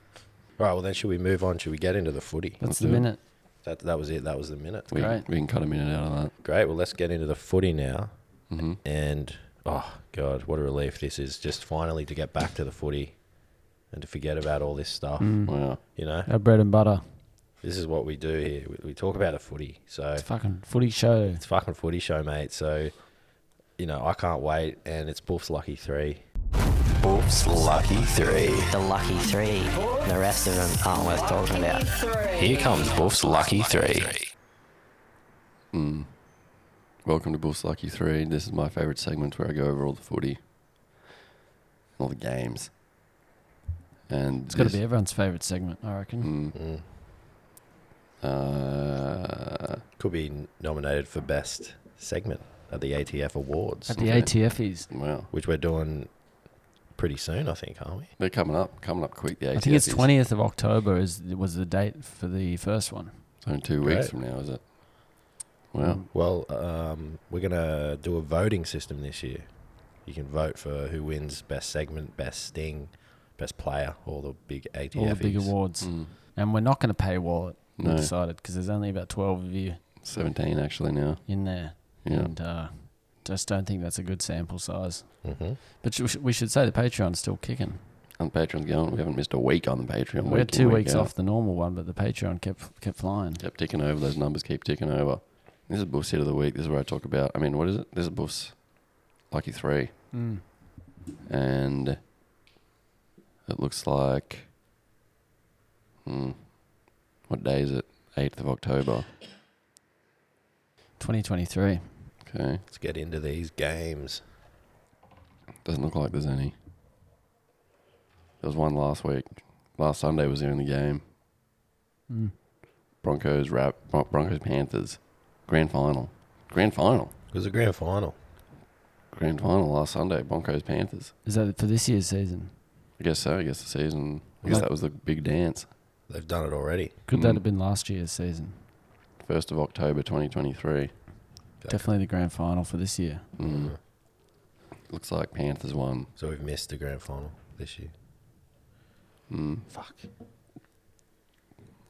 S3: All right, well, then should we move on? Should we get into the footy?
S4: That's
S2: Let's
S4: the
S2: do it.
S4: minute.
S3: That, that was it. That was the minute.
S2: We,
S4: Great.
S2: we can cut a minute out of
S3: Great. Well, let's get into the footy now.
S2: that. hmm
S3: And oh, God, what a relief this is just finally to get back to the footy and to forget about all this stuff.
S4: Mm.
S2: Wow.
S3: You know,
S4: Our bread and butter.
S3: this is what we do here. We, we talk about the footy. So
S4: It's fucking footy show.
S3: it's fucking footy show, mate. So, you know, I can't wait. And it's Buff's Lucky Three.
S8: Oops, lucky three.
S9: the lucky three. The rest of them aren't worth talking about.
S8: Here comes Buff's lucky three.
S2: Mm. Welcome to Bull's Lucky 3. This is my favourite segment where I go over all the footy, all the games. And
S4: It's got to
S2: this-
S4: be everyone's favourite segment, I reckon.
S2: Mm.
S3: Mm.
S2: Uh,
S3: Could be n- nominated for best segment at the ATF Awards,
S4: At the
S2: Okay.
S4: ATFs.
S2: wow.
S3: which we're doing pretty soon, I think, aren't we?
S2: They're coming up, coming up quick. The
S4: I think it's
S2: ATFs.
S4: 20th of October is was the date for the first one.
S2: It's only two weeks
S3: Right.
S2: from now, is it? Wow.
S3: Well, um, we're gonna do a voting system this year. You can vote for who wins best segment, best sting, best player, all the big ATFs.
S4: All the big awards.
S2: Mm.
S4: And we're not going to paywall it, we
S2: No.
S4: decided, because there's only about 12 of you
S2: 17 actually now.
S4: in there.
S2: Yeah.
S4: And uh, just don't think that's a good sample size.
S3: hmm
S4: But sh- we should say the Patreon's still kicking.
S2: And Patreon's going. We haven't missed a week on the Patreon.
S4: we
S2: week
S4: had
S2: in,
S4: two
S2: week
S4: weeks
S2: out.
S4: off the normal one, but the Patreon kept kept flying.
S2: Kept ticking over. Those numbers keep ticking over. This is Buff's hit of the week. This is where I talk about. I mean, what is it? This is Buff's lucky three, and it looks like. Hmm, what day is it? Eighth of October.
S4: 2023.
S2: Okay,
S3: Let's get into these games.
S2: doesn't look like there's any. There was one last week. Last Sunday was the only game.
S4: Mm.
S2: Broncos, Rap, Broncos, Panthers, grand final, grand final,
S3: It was the grand final.
S2: grand final last Sunday. Broncos, Panthers.
S4: Is that for this year's season?
S2: I guess so. I guess the season. I guess
S4: Like-
S2: that was the big dance.
S3: They've done it already.
S4: Could that
S2: Mm.
S4: have been last year's season?
S2: First of October, 2023.
S3: Okay.
S4: Definitely the grand final for this year.
S2: Mm. Looks like Panthers won.
S3: So we've missed the grand final this year.
S2: Mm.
S3: Fuck.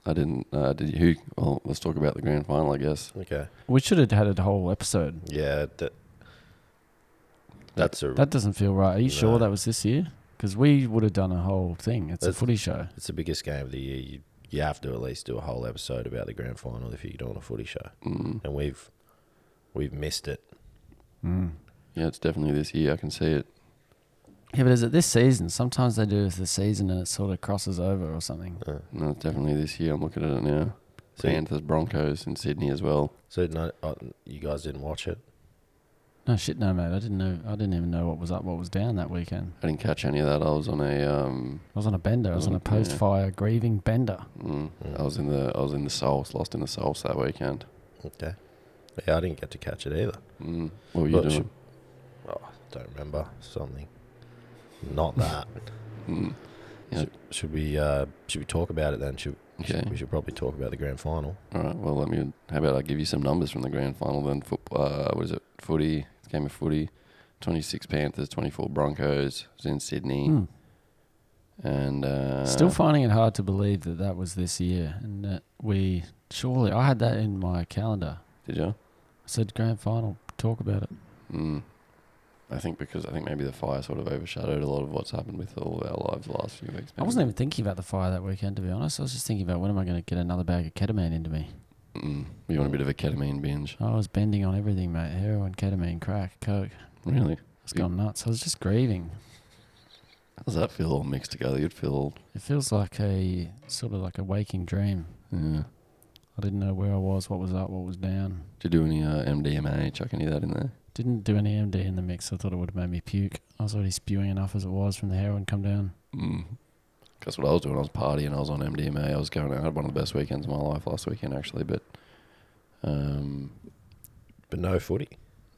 S2: I didn't. Uh, did you? Who? Well, let's talk about the grand final. I guess.
S3: Okay.
S4: We should have had a whole episode.
S3: Yeah. That, that's a
S4: That doesn't feel right. Are you
S3: No.
S4: sure that was this year? Because we would have done a whole thing. It's a
S3: That's-
S4: footy show.
S3: It's the biggest game of the year. You you have to at least do a whole episode about the grand final if you're doing a footy show,
S2: Mm.
S3: and we've we've missed it.
S4: Mm.
S2: Yeah, it's definitely this year. I can see it.
S4: Yeah, but is it this season? Sometimes they do it the season and it sort of crosses over or something.
S2: No, it's definitely this year. I'm looking at it now.
S3: So-
S2: Panthers, Broncos in Sydney as well.
S3: So no, uh, you guys didn't watch it.
S4: No shit, no mate. I didn't know. I didn't even know what was up, what was down that weekend.
S2: I didn't catch any of that. I was on a. Um,
S4: I was on a bender. I was on a
S2: Mm, yeah.
S4: post-fire grieving bender.
S2: mm, I was in the. I was in the Souls. Lost in the Souls that weekend.
S3: Okay. Yeah, I didn't get to catch it either.
S2: Mm. What were you
S3: Well,
S2: doing?
S3: Oh, don't remember something. Not that.
S2: Mm. Yeah.
S3: should, should we uh, should we talk about it then? Should,
S2: Okay.
S3: should we should probably talk about the grand final.
S2: All right. Well, let me. How about I give you some numbers from the grand final then? Foot, uh, what is it? Footy. Game of footy. Twenty-six Panthers, twenty-four Broncos. It was in Sydney,
S4: Hmm.
S2: and uh,
S4: Still finding it hard to believe that that was this year and that we surely I had that in my calendar.
S2: did you?
S4: I said grand final, talk about it.
S2: Mm. I think because I think maybe the fire sort of overshadowed a lot of what's happened with all of our lives the last few weeks.
S4: I wasn't even thinking about the fire that weekend to be honest. I was just thinking about when am I going to get another bag of ketamine into me.
S2: even. Mm. You want a bit of a ketamine binge?
S4: I was bending on everything, mate. Heroin, ketamine, crack, coke.
S2: Really?
S4: It's gone nuts. I was just grieving.
S2: How does that feel all mixed together? You'd feel.
S4: It feels like a sort of like a waking dream.
S2: Yeah.
S4: I didn't know where I was, what was up, what was down.
S2: Did you do any uh, MDMA? Chuck any of that in there?
S4: Didn't do any MD in the mix. I thought it would have made me puke. I was already spewing enough as it was from the heroin come down.
S2: Mm. That's what I was doing. I was partying. I was on MDMA. I was going out. I had one of the best weekends of my life last weekend, actually. But um,
S3: But no footy.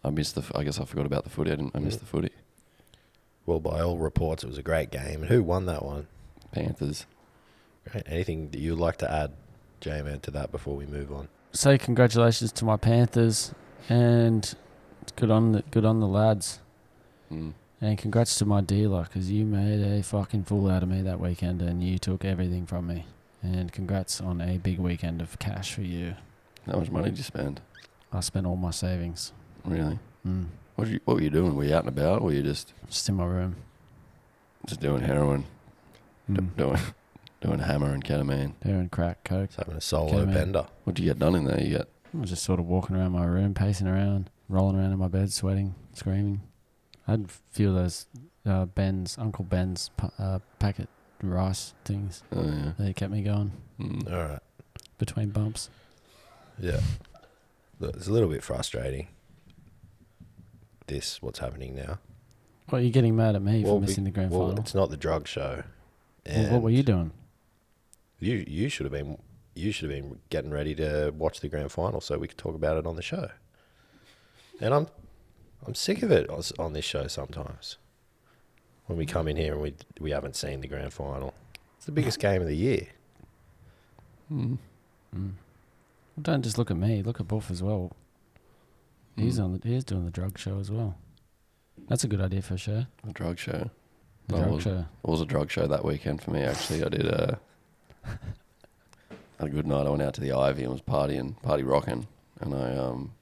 S2: I missed the. f- I guess I forgot about the footy. I didn't. I missed the footy.
S3: Well, by all reports, it was a great game. And who won that one?
S2: Panthers.
S3: Great. Anything that you'd like to add, J Man, to that before we move on?
S4: Say congratulations to my Panthers, and it's good on the good on the lads,
S2: Mm.
S4: and congrats to my dealer because you made a fucking fool out of me that weekend, and you took everything from me. And congrats on a big weekend of cash for you.
S2: How much money did you spend?
S4: I spent all my savings.
S2: Really?
S4: Mm.
S2: What, did you, what were you doing? Were you out and about? Or were you just,
S4: Just in my room.
S2: just doing heroin, d-
S4: Mm.
S2: doing doing hammer and ketamine?
S4: There and crack coke.
S3: It's having a solo
S4: Okay, man.
S3: bender.
S2: What did you get done in there? You got
S4: I was just sort of walking around my room, pacing around, rolling around in my bed, sweating, screaming. I had a few of those uh, Ben's, Uncle Ben's pa- uh, packet rice things.
S2: oh yeah,
S4: They kept me going
S2: mm.
S3: All right.
S4: between bumps.
S3: Yeah. Look, it's a little bit frustrating. This, what's happening now.
S4: Well, you're getting mad at me
S3: Well,
S4: for
S3: be-
S4: missing the grand
S3: Well,
S4: final.
S3: it's not the drug show.
S4: Well, what were you
S3: And
S4: doing?
S3: You, you should have been. You should have been getting ready to watch the grand final so we could talk about it on the show. And I'm, I'm sick of it on- on this show sometimes. When we come in here and we we haven't seen the grand final, it's the biggest game of the year.
S2: Mm.
S4: Well, don't just look at me. Look at Buff as well. He's
S2: Hmm.
S4: on. The, he's doing the drug show as well. That's a good idea for sure.
S2: a drug show.
S4: The
S2: Oh,
S4: drug
S2: well,
S4: show.
S2: It was a drug show that weekend for me. Actually, I did a had a good night. I went out to the Ivy and was partying, party rocking, and I um,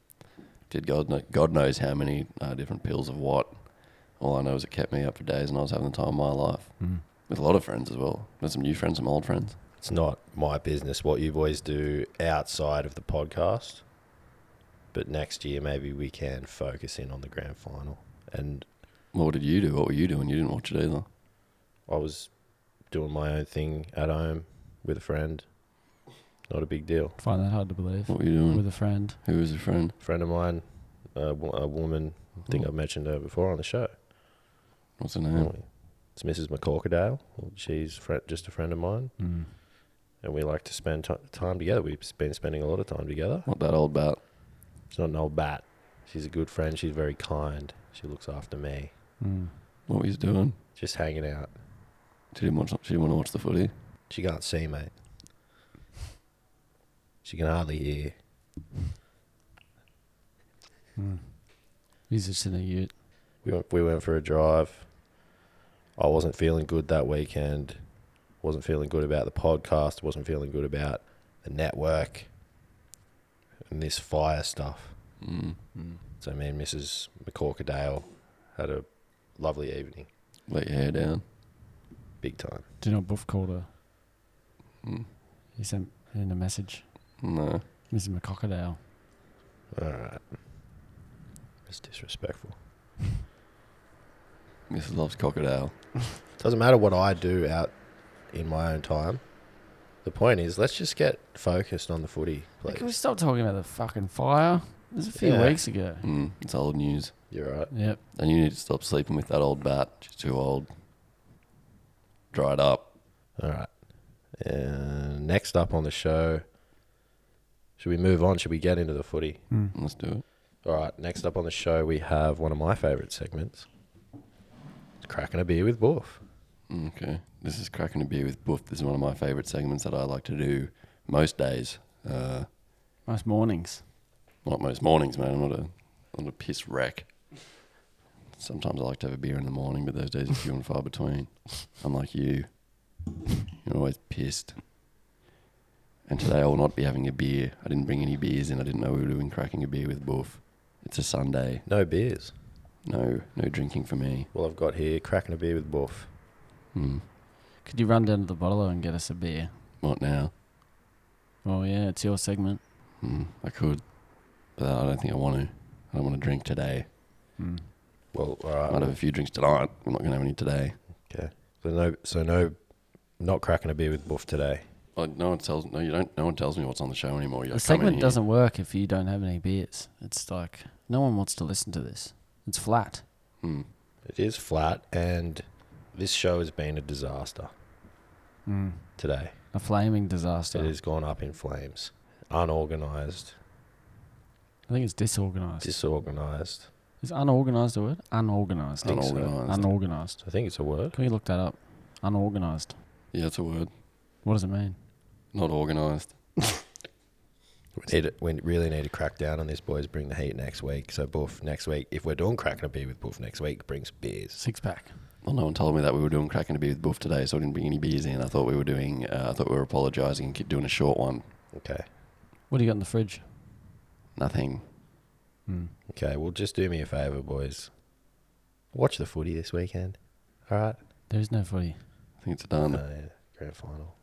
S2: did God kno- God knows how many uh, different pills of what. All I know is it kept me up for days, and I was having the time of my life with a lot of friends as well. There's some new friends, some old friends.
S3: It's not my business what you boys do outside of the podcast. But next year, maybe we can focus in on the grand final. And
S2: What did you do? What were you doing? You didn't watch it either.
S3: I was doing my own thing at home with a friend. Not a big deal.
S4: Find that hard to believe.
S2: What were you doing?
S4: With a friend.
S2: Who was your friend?
S3: friend of mine, a, wo- a woman, I think I've mentioned her before on the show.
S2: What's her name?
S3: It's Mrs. McCorkadale. She's fri- just a friend of mine.
S2: Hmm.
S4: Mm.
S3: And we like to spend ti time together. We've been spending a lot of time together.
S2: What that old bat?
S3: She's not an old bat. She's a good friend. She's very kind. She looks after me.
S4: Mm.
S2: What were you doing?
S3: Just hanging out.
S2: She didn't watch. She didn't want to watch the footy.
S3: She can't see, mate. She can hardly hear.
S4: He's just in a ute.
S3: We went, we went for a drive. I wasn't feeling good that weekend. Wasn't feeling good about the podcast. Wasn't feeling good about the network and this fire stuff.
S2: Mm.
S3: So me and Mrs. McCorkadale had a lovely evening,
S2: Let your hair down.
S3: big time.
S4: Do you know what Buff called her?
S2: Mm.
S4: He sent in a message.
S2: No.
S4: Mrs. McCockadale.
S3: All right, it's disrespectful.
S2: Mrs. Loves Crocodile.
S3: Doesn't matter what I do out in my own time. The point is, let's just get focused on the footy,
S4: Hey, Can we
S3: please.
S4: stop talking about the fucking fire? It was a few
S3: Yeah.
S4: weeks ago.
S2: Mm, it's old news.
S3: You're right.
S4: Yep.
S2: And you need to stop sleeping with that old bat. She's too old. Dried up.
S3: All right. Uh, next up on the show, should we move on? Should we get into the footy?
S2: Let's do it.
S3: All right. Next up on the show, we have one of my favourite segments. It's cracking a beer with Boof.
S2: Hmm, Okay. This is cracking a beer with Boof. This is one of my favourite segments that I like to do most days. Uh,
S4: Nice mornings.
S2: not most mornings, man. I'm not a, I'm not a piss wreck. Sometimes I like to have a beer in the morning, but those days are few and far between. Unlike you, you're always pissed. And today I will not be having a beer. I didn't bring any beers in. I didn't know we were doing cracking a beer with Boof. It's a Sunday.
S3: No beers.
S2: No, no drinking for me.
S3: Well, I've got here cracking a beer with Boof.
S2: Mm.
S4: Could you run down to the bottle and get us a beer?
S2: Not now.
S4: Oh yeah, it's your segment.
S2: Mm. I could, but I don't think I want to. I don't want to drink today.
S3: Well, all
S2: I
S3: right.
S2: might have a few drinks tonight. I'm not going to have any today.
S3: Okay. So no. So no. Not cracking a beer with Boof today.
S2: Like no one tells no, you don't. No one tells me what's on the show anymore. You
S4: the
S2: just come in
S4: segment
S2: here.
S4: doesn't work if you don't have any beers. It's like no one wants to listen to this. It's flat.
S2: Mm.
S3: It is flat, and this show has been a disaster today.
S4: A flaming disaster.
S3: It has gone up in flames. Unorganized.
S4: I think it's disorganized.
S3: disorganized.
S4: Is unorganized a word? Unorganized.
S2: Think so. Unorganized.
S4: Unorganized.
S3: I think it's a word.
S4: Can we look that up? Unorganized.
S2: Yeah, it's a word.
S4: What does it mean?
S2: Not organised.
S3: We, need, we really need to crack down on this, boys. Bring the heat next week. So, Boof, next week, if we're doing cracking a beer with Boof next week, bring some beers.
S4: Six pack.
S2: Well, no one told me that we were doing cracking a beer with Boof today, so I didn't bring any beers in. I thought we were doing. Uh, I thought we were apologising and keep doing a short one.
S3: Okay.
S4: What do you got in the fridge?
S2: Nothing.
S3: Okay. Well, just do me a favor, boys. Watch the footy this weekend. All right.
S4: There is no footy.
S2: I think it's done.
S3: Uh, yeah, grand final.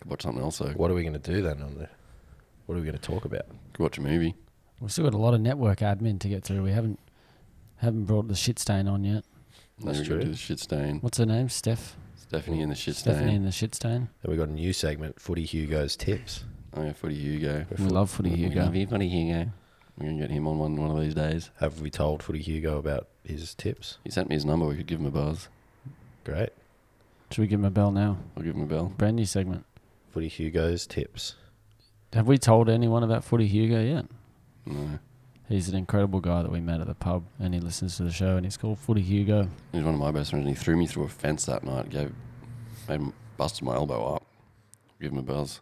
S2: Could watch something else though.
S3: What are we going to do then on the? What are we going to talk about?
S2: Could watch a movie.
S4: We've still got a lot of network admin to get through. We haven't haven't brought the shit stain on yet.
S3: That's
S2: Then we go
S3: true.
S2: to the shit stain.
S4: What's her name? Steph.
S2: Stephanie and the shit stain.
S4: Stephanie in the shit stain.
S3: Then we got a new segment, Footy Hugo's tips.
S2: Oh yeah, footy Hugo.
S4: We love footy
S2: We
S4: Hugo.
S2: love you, footy Hugo. We're gonna get him on one one of these days.
S3: Have we told Footy Hugo about his tips?
S2: He sent me his number. We could give him a buzz.
S3: Great.
S4: Should we give him a bell now?
S2: I'll give him a bell.
S4: Brand new segment.
S3: Footy Hugo's tips.
S4: Have we told anyone about Footy Hugo yet?
S2: No,
S4: He's an incredible guy that we met at the pub, and he listens to the show, and he's called Footy Hugo.
S2: he's one of my best friends. And he threw me through a fence that night. Gave, made him busted my elbow up. Give him a buzz.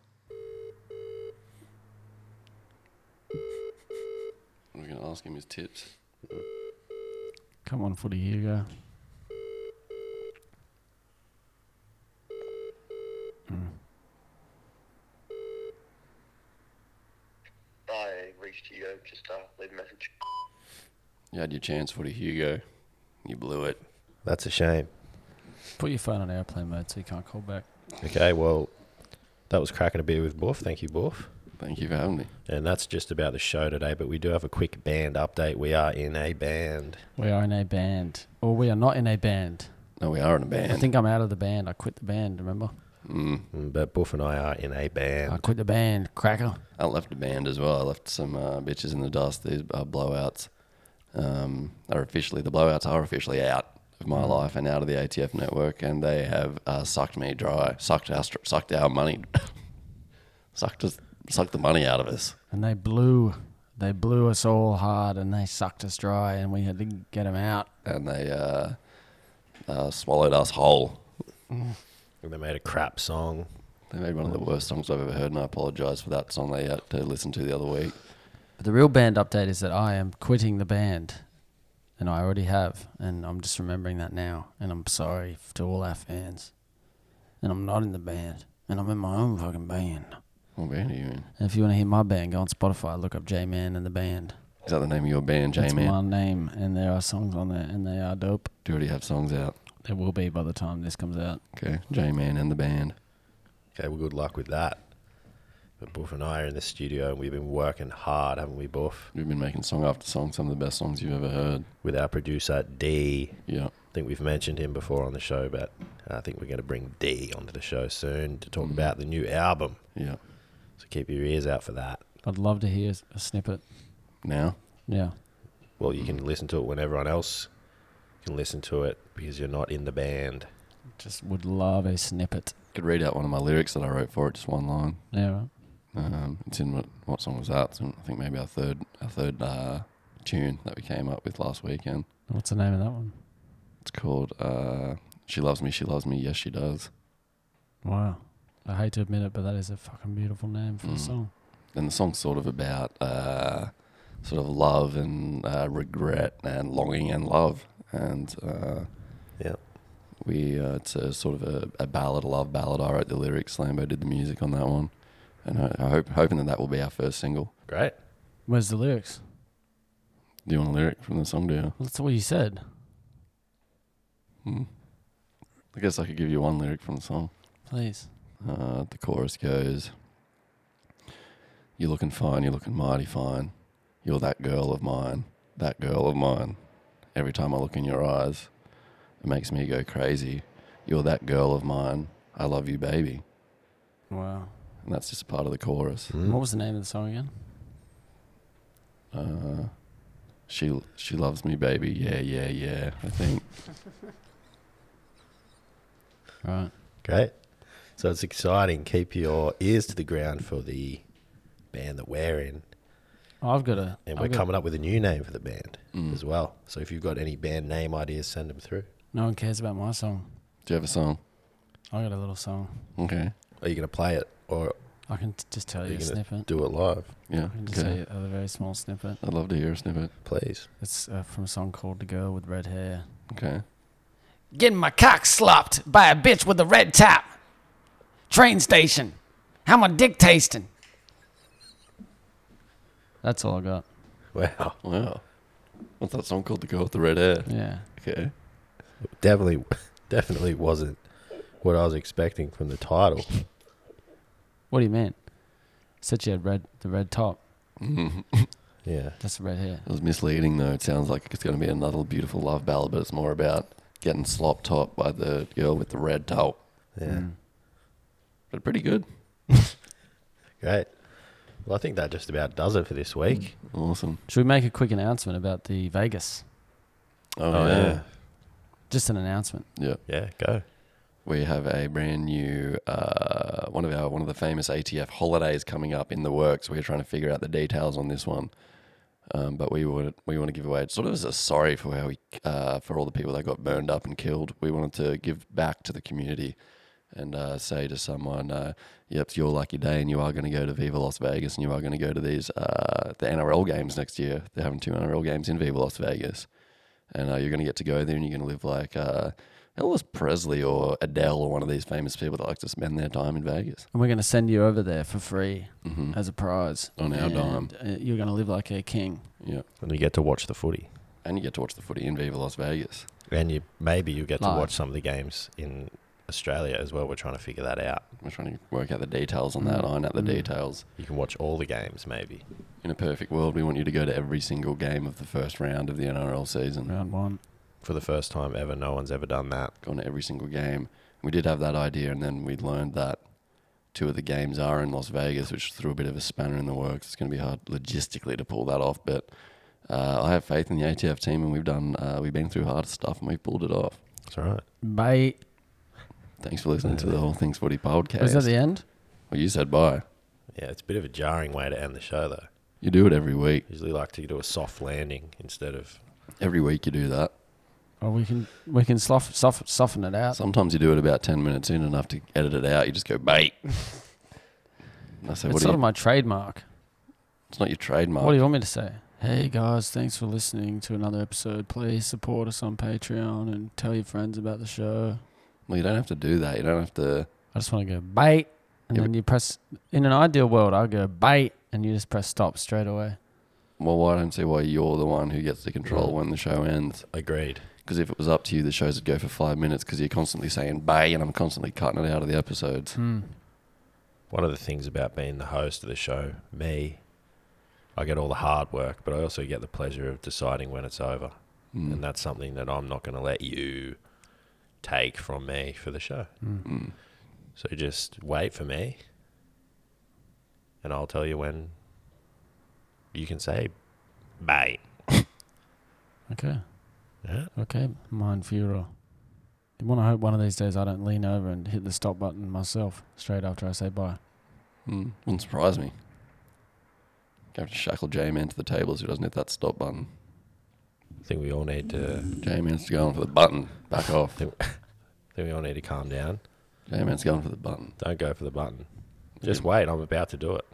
S2: We're gonna ask him his tips.
S4: Come on, Footy Hugo.
S10: I reached you, uh, just uh, leave a message.
S2: You had your chance, footy Hugo. You blew it.
S3: That's a shame.
S4: Put your phone on airplane mode so you can't call back.
S3: Okay, well, that was cracking a beer with Boof. Thank you, Boof.
S2: Thank you for having me.
S3: And that's just about the show today, but we do have a quick band update. We are in a band.
S4: We are in a band, or we are not in a band.
S2: No, we are in a band.
S4: I think I'm out of the band. I quit the band. Remember?
S2: Mm.
S3: Mm, But Boof and I are in a
S4: I
S3: band.
S4: quit the band. Cracker.
S2: I left a band as well. I left some uh, bitches in the dust. These uh, blowouts um, are officially the blowouts are officially out of my life and out of the ATF network, and they have uh, sucked me dry, sucked our str- sucked our money, sucked us, sucked the money out of us.
S4: And they blew, they blew us all hard, and they sucked us dry, and we had to get them out.
S2: And they uh, uh, swallowed us whole.
S3: And They made a crap song.
S2: They made one of the worst songs I've ever heard, and I apologise for that song they had to listen to the other week.
S4: But the real band update is that I am quitting the band, and I already have, and I'm just remembering that now, and I'm sorry f- to all our fans, and I'm not in the band, and I'm in my own fucking band.
S2: What band are you in?
S4: And if you want to hear my band, go on Spotify, look up J Man and the band.
S2: Is that the name of your band,
S4: That's
S2: J-Man?
S4: my name, and there are songs on there, and they are dope.
S2: Do you already have songs out?
S4: There will be by the time this comes out.
S2: Okay, J-Man and the band.
S3: Okay, well, good luck with that. But Boof and I are in the studio and we've been working hard, haven't we, Boof?
S2: We've been making song after song, some of the best songs you've ever heard.
S3: With our producer, D.
S2: Yeah.
S3: I think we've mentioned him before on the show, but uh, I think we're going to bring D onto the show soon to talk about the new album.
S2: Yeah.
S3: So keep your ears out for that.
S4: I'd love to hear a snippet.
S2: Now,
S4: Yeah.
S3: Well, you can listen to it when everyone else can listen to it because you're not in the band.
S4: Just would love a snippet.
S2: could read out one of my lyrics that I wrote for it, just one line.
S4: Yeah. Right?
S2: Um, it's in what, what song was that? It's in, I think maybe our third our third uh, tune that we came up with last weekend.
S4: What's the name of that one?
S2: It's called uh, "She Loves Me, She Loves Me, Yes She Does."
S4: Wow. I hate to admit it, but that is a fucking beautiful name for a
S2: Mm.
S4: song.
S2: And the song's sort of about uh, sort of love and uh, regret and longing and love. And uh,
S3: Yeah.
S2: we uh, it's a sort of a, a ballad, a love ballad. I wrote the lyrics. Lambo did the music on that one, and I, I hope hoping that that will be our first single.
S3: Great.
S4: Where's the lyrics?
S2: Do you want a lyric from the song, do you?
S4: Well, that's what you said.
S2: Hmm. I guess I could give you one lyric from the song.
S4: Please.
S2: Uh, the chorus goes, "You're looking fine. You're looking mighty fine. You're that girl of mine. That girl of mine. Every time I look in your eyes, it makes me go crazy. You're that girl of mine. I love you, baby."
S4: Wow.
S2: And that's just a part of the chorus.
S3: Mm-hmm.
S4: What was the name of the song again?
S2: Uh, she she loves me, baby. Yeah, yeah, yeah. I think
S4: Right.
S3: Great. So it's exciting. Keep your ears to the ground for the band that we're in.
S4: Oh, I've got a.
S3: And
S4: I've
S3: we're
S4: got-
S3: coming up with a new name for the band as well. So if you've got any band name ideas, send them through.
S4: No one cares about my song.
S2: Do you have a song?
S4: I got a little song.
S2: Okay.
S3: Are you going to play it or
S4: I can t- just tell
S3: are
S4: you
S3: you
S4: a
S3: going to
S4: snippet.
S3: do it live?
S2: Yeah.
S4: I can just tell
S2: Okay.
S4: you a very small snippet.
S2: I'd love to hear a snippet.
S3: Please.
S4: It's uh, from a song called "The Girl with Red Hair."
S2: Okay.
S6: Getting my cock slopped by a bitch with a red top.
S4: Train station. How my dick tasting? That's all I got.
S3: Wow.
S2: Wow. What's that song called? The Girl with the Red Hair.
S4: Yeah.
S2: Okay.
S3: Definitely, definitely wasn't what I was expecting from the title.
S4: What do you mean? Said she had red the red top.
S3: Yeah.
S4: That's the red hair.
S2: It was misleading though. It sounds like it's going to be another beautiful love ballad, but it's more about getting slop top by the girl with the red top.
S3: Yeah.
S2: But pretty good.
S3: Great. Well, I think that just about does it for this week.
S2: Mm. Awesome.
S4: Should we make a quick announcement about the Vegas?
S2: Oh,
S4: Just an announcement.
S2: yeah. Yeah.
S3: Yeah, go.
S2: We have a brand new uh, one of our one of the famous ATF holidays coming up in the works. We're trying to figure out the details on this one, um, but we would we want to give away sort of as a sorry for how we uh, for all the people that got burned up and killed. We wanted to give back to the community and uh, say to someone, uh, "Yep, it's your lucky day, and you are going to go to Viva Las Vegas, and you are going to go to these uh, the NRL games next year. They're having two NRL games in Viva Las Vegas." and uh, you're going to get to go there and you're going to live like uh, Elvis Presley or Adele or one of these famous people that like to spend their time in Vegas.
S4: And we're going to send you over there for free as a prize.
S2: Mm. On our
S4: And,
S2: dime.
S4: uh, You're going to live like a king.
S2: Yeah,
S3: And you get to watch the footy.
S2: and you get to watch the footy in Viva Las Vegas.
S3: And you maybe you get
S4: Live.
S3: to watch some of the games in Australia as well. We're trying to figure that out.
S2: We're trying to work out the details on that, iron out the details.
S3: You can watch all the games maybe.
S2: In a perfect world, we want you to go to every single game of the first round of the NRL season.
S4: Round one.
S3: For the first time ever, no one's ever done that.
S2: Gone to every single game. We did have that idea, and then we learned that two of the games are in Las Vegas, which threw a bit of a spanner in the works. It's going to be hard logistically to pull that off, but uh, I have faith in the ATF team, and we've done uh, we've been through hard stuff, and we've pulled it off.
S3: That's all right.
S4: Bye.
S2: Thanks for listening to the whole Things Footy podcast.
S4: Was that the end?
S2: well, you said bye.
S3: Yeah, it's a bit of a jarring way to end the show though.
S2: You do it every week.
S3: Usually like to do a soft landing instead of
S2: Every week you do that.
S4: Or Oh, we can we can slof, soft, soften it out.
S2: Sometimes you do it about ten minutes in, enough to edit it out. You just go bait. And I say,
S4: it's
S2: what? do
S4: sort
S2: you,
S4: of my trademark.
S2: it's not your trademark.
S4: What do you want me to say? Hey guys, thanks for listening to another episode. Please support us on Patreon and tell your friends about the show.
S2: well, you don't have to do that. You don't have to.
S4: I just want to go bait, and
S2: Yeah,
S4: then you press. In an ideal world, I'll go bait, and you just press stop straight away.
S2: Well, why don't see why you're the one who gets to control when the show ends?
S3: agreed.
S2: Because if it was up to you, the shows would go for five minutes because you're constantly saying bay, and I'm constantly cutting it out of the episodes.
S3: One of the things about being the host of the show, me, I get all the hard work, but I also get the pleasure of deciding when it's over. And that's something that I'm not going to let you take from me for the show. So just wait for me, and I'll tell you when you can say bye.
S4: Okay.
S3: Yeah.
S4: Okay. Mind Fuhrer. You want to hope one of these days I don't lean over and hit the stop button myself straight after I say bye.
S2: Mm. Wouldn't surprise me. Gonna have to shackle J Man to the tables who doesn't hit that stop button.
S3: I think we all need to.
S2: J Man's going for the button. Back off.
S3: Think, think we all need to calm down.
S2: J Man's going for the button.
S3: Don't go for the button. Just wait. I'm about to do it.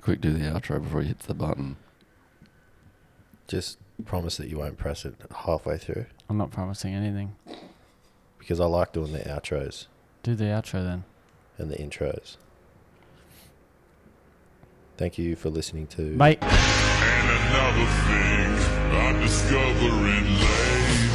S2: Quick, do the outro before he hits the button.
S3: Just promise that you won't press it halfway through
S4: I'm not promising anything.
S3: because I like doing the outros
S4: Do the outro then.
S3: and the intros. Thank you for listening to
S4: Bye.
S11: And another thing I'm discovering late.